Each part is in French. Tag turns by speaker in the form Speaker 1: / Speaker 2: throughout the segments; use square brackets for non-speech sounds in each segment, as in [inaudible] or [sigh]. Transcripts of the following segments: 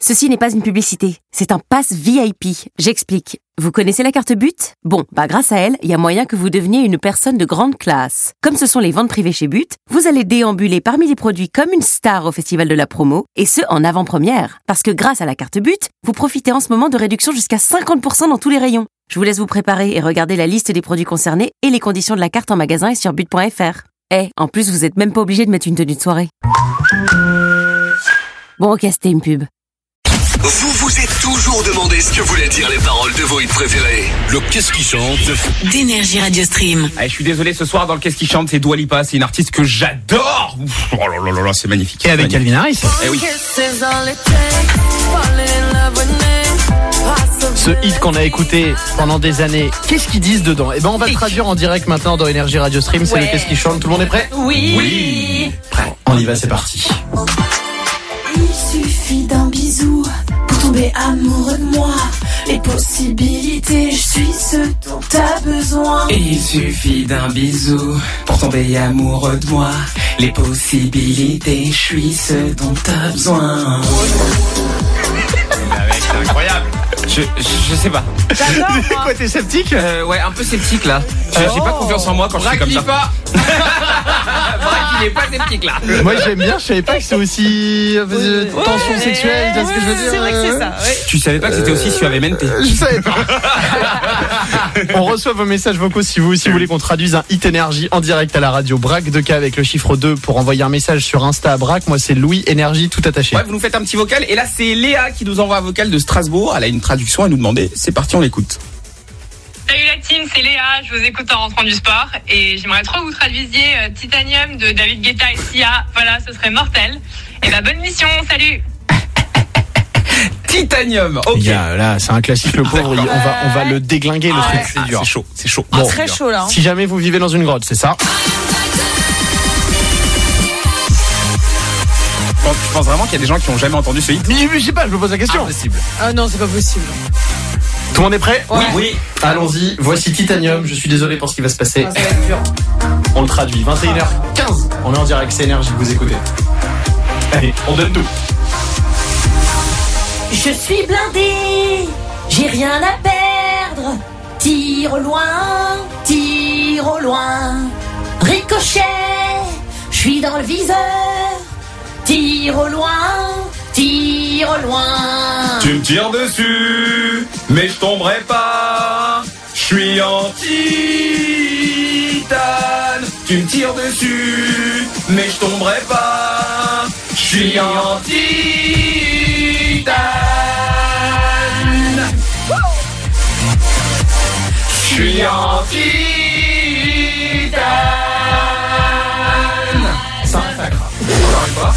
Speaker 1: Ceci n'est pas une publicité, c'est un pass VIP. J'explique. Vous connaissez la carte but Bon, bah grâce à elle, il y a moyen que vous deveniez une personne de grande classe. Comme ce sont les ventes privées chez But, vous allez déambuler parmi les produits comme une star au festival de la promo, et ce en avant-première. Parce que grâce à la carte but, vous profitez en ce moment de réductions jusqu'à 50% dans tous les rayons. Je vous laisse vous préparer et regarder la liste des produits concernés et les conditions de la carte en magasin et sur but.fr. Eh, en plus vous êtes même pas obligé de mettre une tenue de soirée. Bon ok, c'était une pub.
Speaker 2: Vous vous êtes toujours demandé ce que voulaient dire les paroles de vos hits préférés. Le qu'est-ce qui chante
Speaker 3: d'énergie Radio Stream.
Speaker 4: Ah, je suis désolé, ce soir, dans le Qu'est-ce qui chante, c'est Dua Lipa. C'est une artiste que j'adore. Ouf, Oh là là là là, c'est magnifique.
Speaker 5: Et avec Calvin Harris.
Speaker 4: Eh oui.
Speaker 5: Ce hit qu'on a écouté pendant des années, qu'est-ce qu'ils disent dedans Eh ben, on va le traduire en direct maintenant dans Énergie Radio Stream. C'est le qu'est-ce qui chante. Tout le monde est prêt
Speaker 3: Oui.
Speaker 5: On y va, c'est parti.
Speaker 6: Il suffit d'un bisou pour tomber amoureux de moi. Les possibilités, je suis ce dont t'as besoin.
Speaker 7: Il suffit d'un bisou pour tomber amoureux de moi. Les possibilités, je suis ce dont t'as besoin.
Speaker 4: Ah ouais, C'est incroyable. Je, je, je sais pas.
Speaker 5: Quoi, t'es sceptique
Speaker 4: Euh, ouais, un peu sceptique là. Je- J'ai pas confiance en moi quand je suis comme ça. pas. [laughs] il est pas sceptique là.
Speaker 5: Moi, j'aime bien. Je savais pas que c'est aussi euh, euh, tension sexuelle. Tu vois ce que je veux dire euh,
Speaker 3: C'est vrai que c'est ça. ouais.
Speaker 4: Tu savais pas que c'était aussi suavemente.
Speaker 5: Je
Speaker 3: [laughs]
Speaker 5: savais pas. On reçoit vos messages vocaux si vous, si vous voulez qu'on traduise un hit énergie en direct à la radio. Braque 2K avec le chiffre 2 pour envoyer un message sur Insta à Braque. Moi, c'est Louis Énergie tout attaché.
Speaker 4: Ouais, vous nous faites un petit vocal. Et là, c'est Léa qui nous envoie un vocal de Strasbourg. Elle a une traduction à nous demander. C'est parti, on l'écoute.
Speaker 8: Salut la team, c'est Léa, je vous écoute en rentrant du sport et j'aimerais trop que vous traduisiez euh, Titanium de David Guetta et Sia. Voilà, ce serait mortel. Et bah bonne mission, salut
Speaker 4: Titanium. Ok.
Speaker 5: Les gars, là, c'est un classique, le pauvre. il- on, va, on va le déglinguer, le truc.
Speaker 4: Ah,
Speaker 5: C'est dur.
Speaker 4: C'est chaud, c'est Ah, chaud.
Speaker 5: Bon.
Speaker 3: Très chaud là. hein.
Speaker 5: Si jamais vous vivez dans une grotte, c'est ça
Speaker 4: Je pense- je pense vraiment qu'il y a des gens qui ont jamais entendu ce hit.
Speaker 5: Mais je sais pas, je me pose la question.
Speaker 4: Impossible.
Speaker 3: Ah non, c'est pas possible.
Speaker 5: bah, Tout le monde est prêt
Speaker 3: Ouais.
Speaker 4: Oui.
Speaker 5: Allons-y, voici Titanium. Je suis désolé pour ce qui va se passer.
Speaker 3: Ah, ça va être dur.
Speaker 5: On le traduit. 21h15. On est en direct, c'est énergie, vous écoutez. Allez, on donne tout.
Speaker 6: Je suis blindé, j'ai rien à perdre. Tire au loin, tire au loin. Ricochet, je suis dans le viseur. Tire au loin, tire au loin.
Speaker 4: Tu me tires dessus, mais je tomberai pas. Je suis en titane. Tu me tires dessus, mais je tomberai pas. Je suis en titane. Je suis en titane. C'est un sacre. Encore une fois.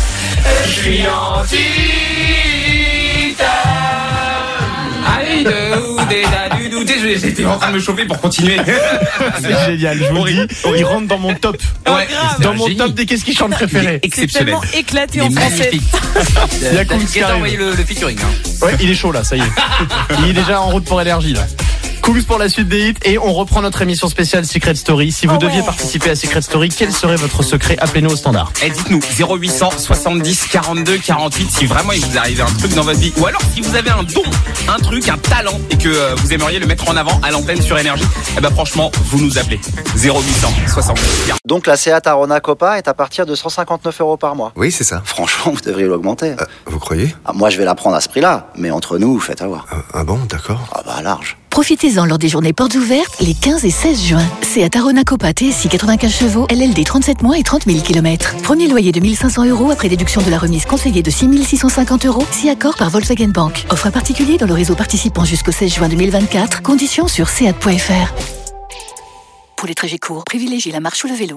Speaker 4: Je suis en Allez, J'étais en train de me chauffer pour continuer.
Speaker 5: C'est génial, je vous le dis. Il rentre dans mon top.
Speaker 4: Ouais,
Speaker 5: Dans mon top des qu'est-ce qui chante préféré.
Speaker 3: C'est tellement éclaté en français.
Speaker 5: Il y a Kungs qui arrive.
Speaker 4: le, featuring.
Speaker 5: Ouais, il est chaud là, ça y est. Il est déjà en route pour énergie là. Kungs pour la suite des hits et on reprend notre émission spéciale Secret Story. Si vous deviez participer à Secret Story, quel serait votre secret Appelez-nous au standard.
Speaker 4: Eh, dites-nous, 0800 70 42 48 si vraiment il vous arrive un truc dans votre vie. Ou alors si vous avez un don, un truc, un talent et que euh, vous aimeriez le mettre en avant à l'antenne sur énergie, eh ben franchement, vous nous appelez. 0800 70 42.
Speaker 9: Donc la Seat Arona Copa est à partir de 159 euros par mois.
Speaker 10: Oui, c'est ça.
Speaker 9: Franchement, vous devriez l'augmenter.
Speaker 10: Vous croyez
Speaker 9: Ah, moi, je vais la prendre à ce prix-là, mais entre nous, faites avoir.
Speaker 10: Ah, Ah bon, d'accord.
Speaker 9: Ah bah large.
Speaker 11: Profitez-en lors des journées portes ouvertes les 15 et 16 juin. C'est à Tarona Copa TSI 95 chevaux, LLD 37 mois et 30 000 km. Premier loyer de 1500 euros après déduction de la remise conseillée de 6 650 euros, si accord par Volkswagen Bank. Offre à particulier dans le réseau participant jusqu'au 16 juin 2024. Conditions sur seat.fr. Pour les trajets courts, privilégiez la marche ou le vélo.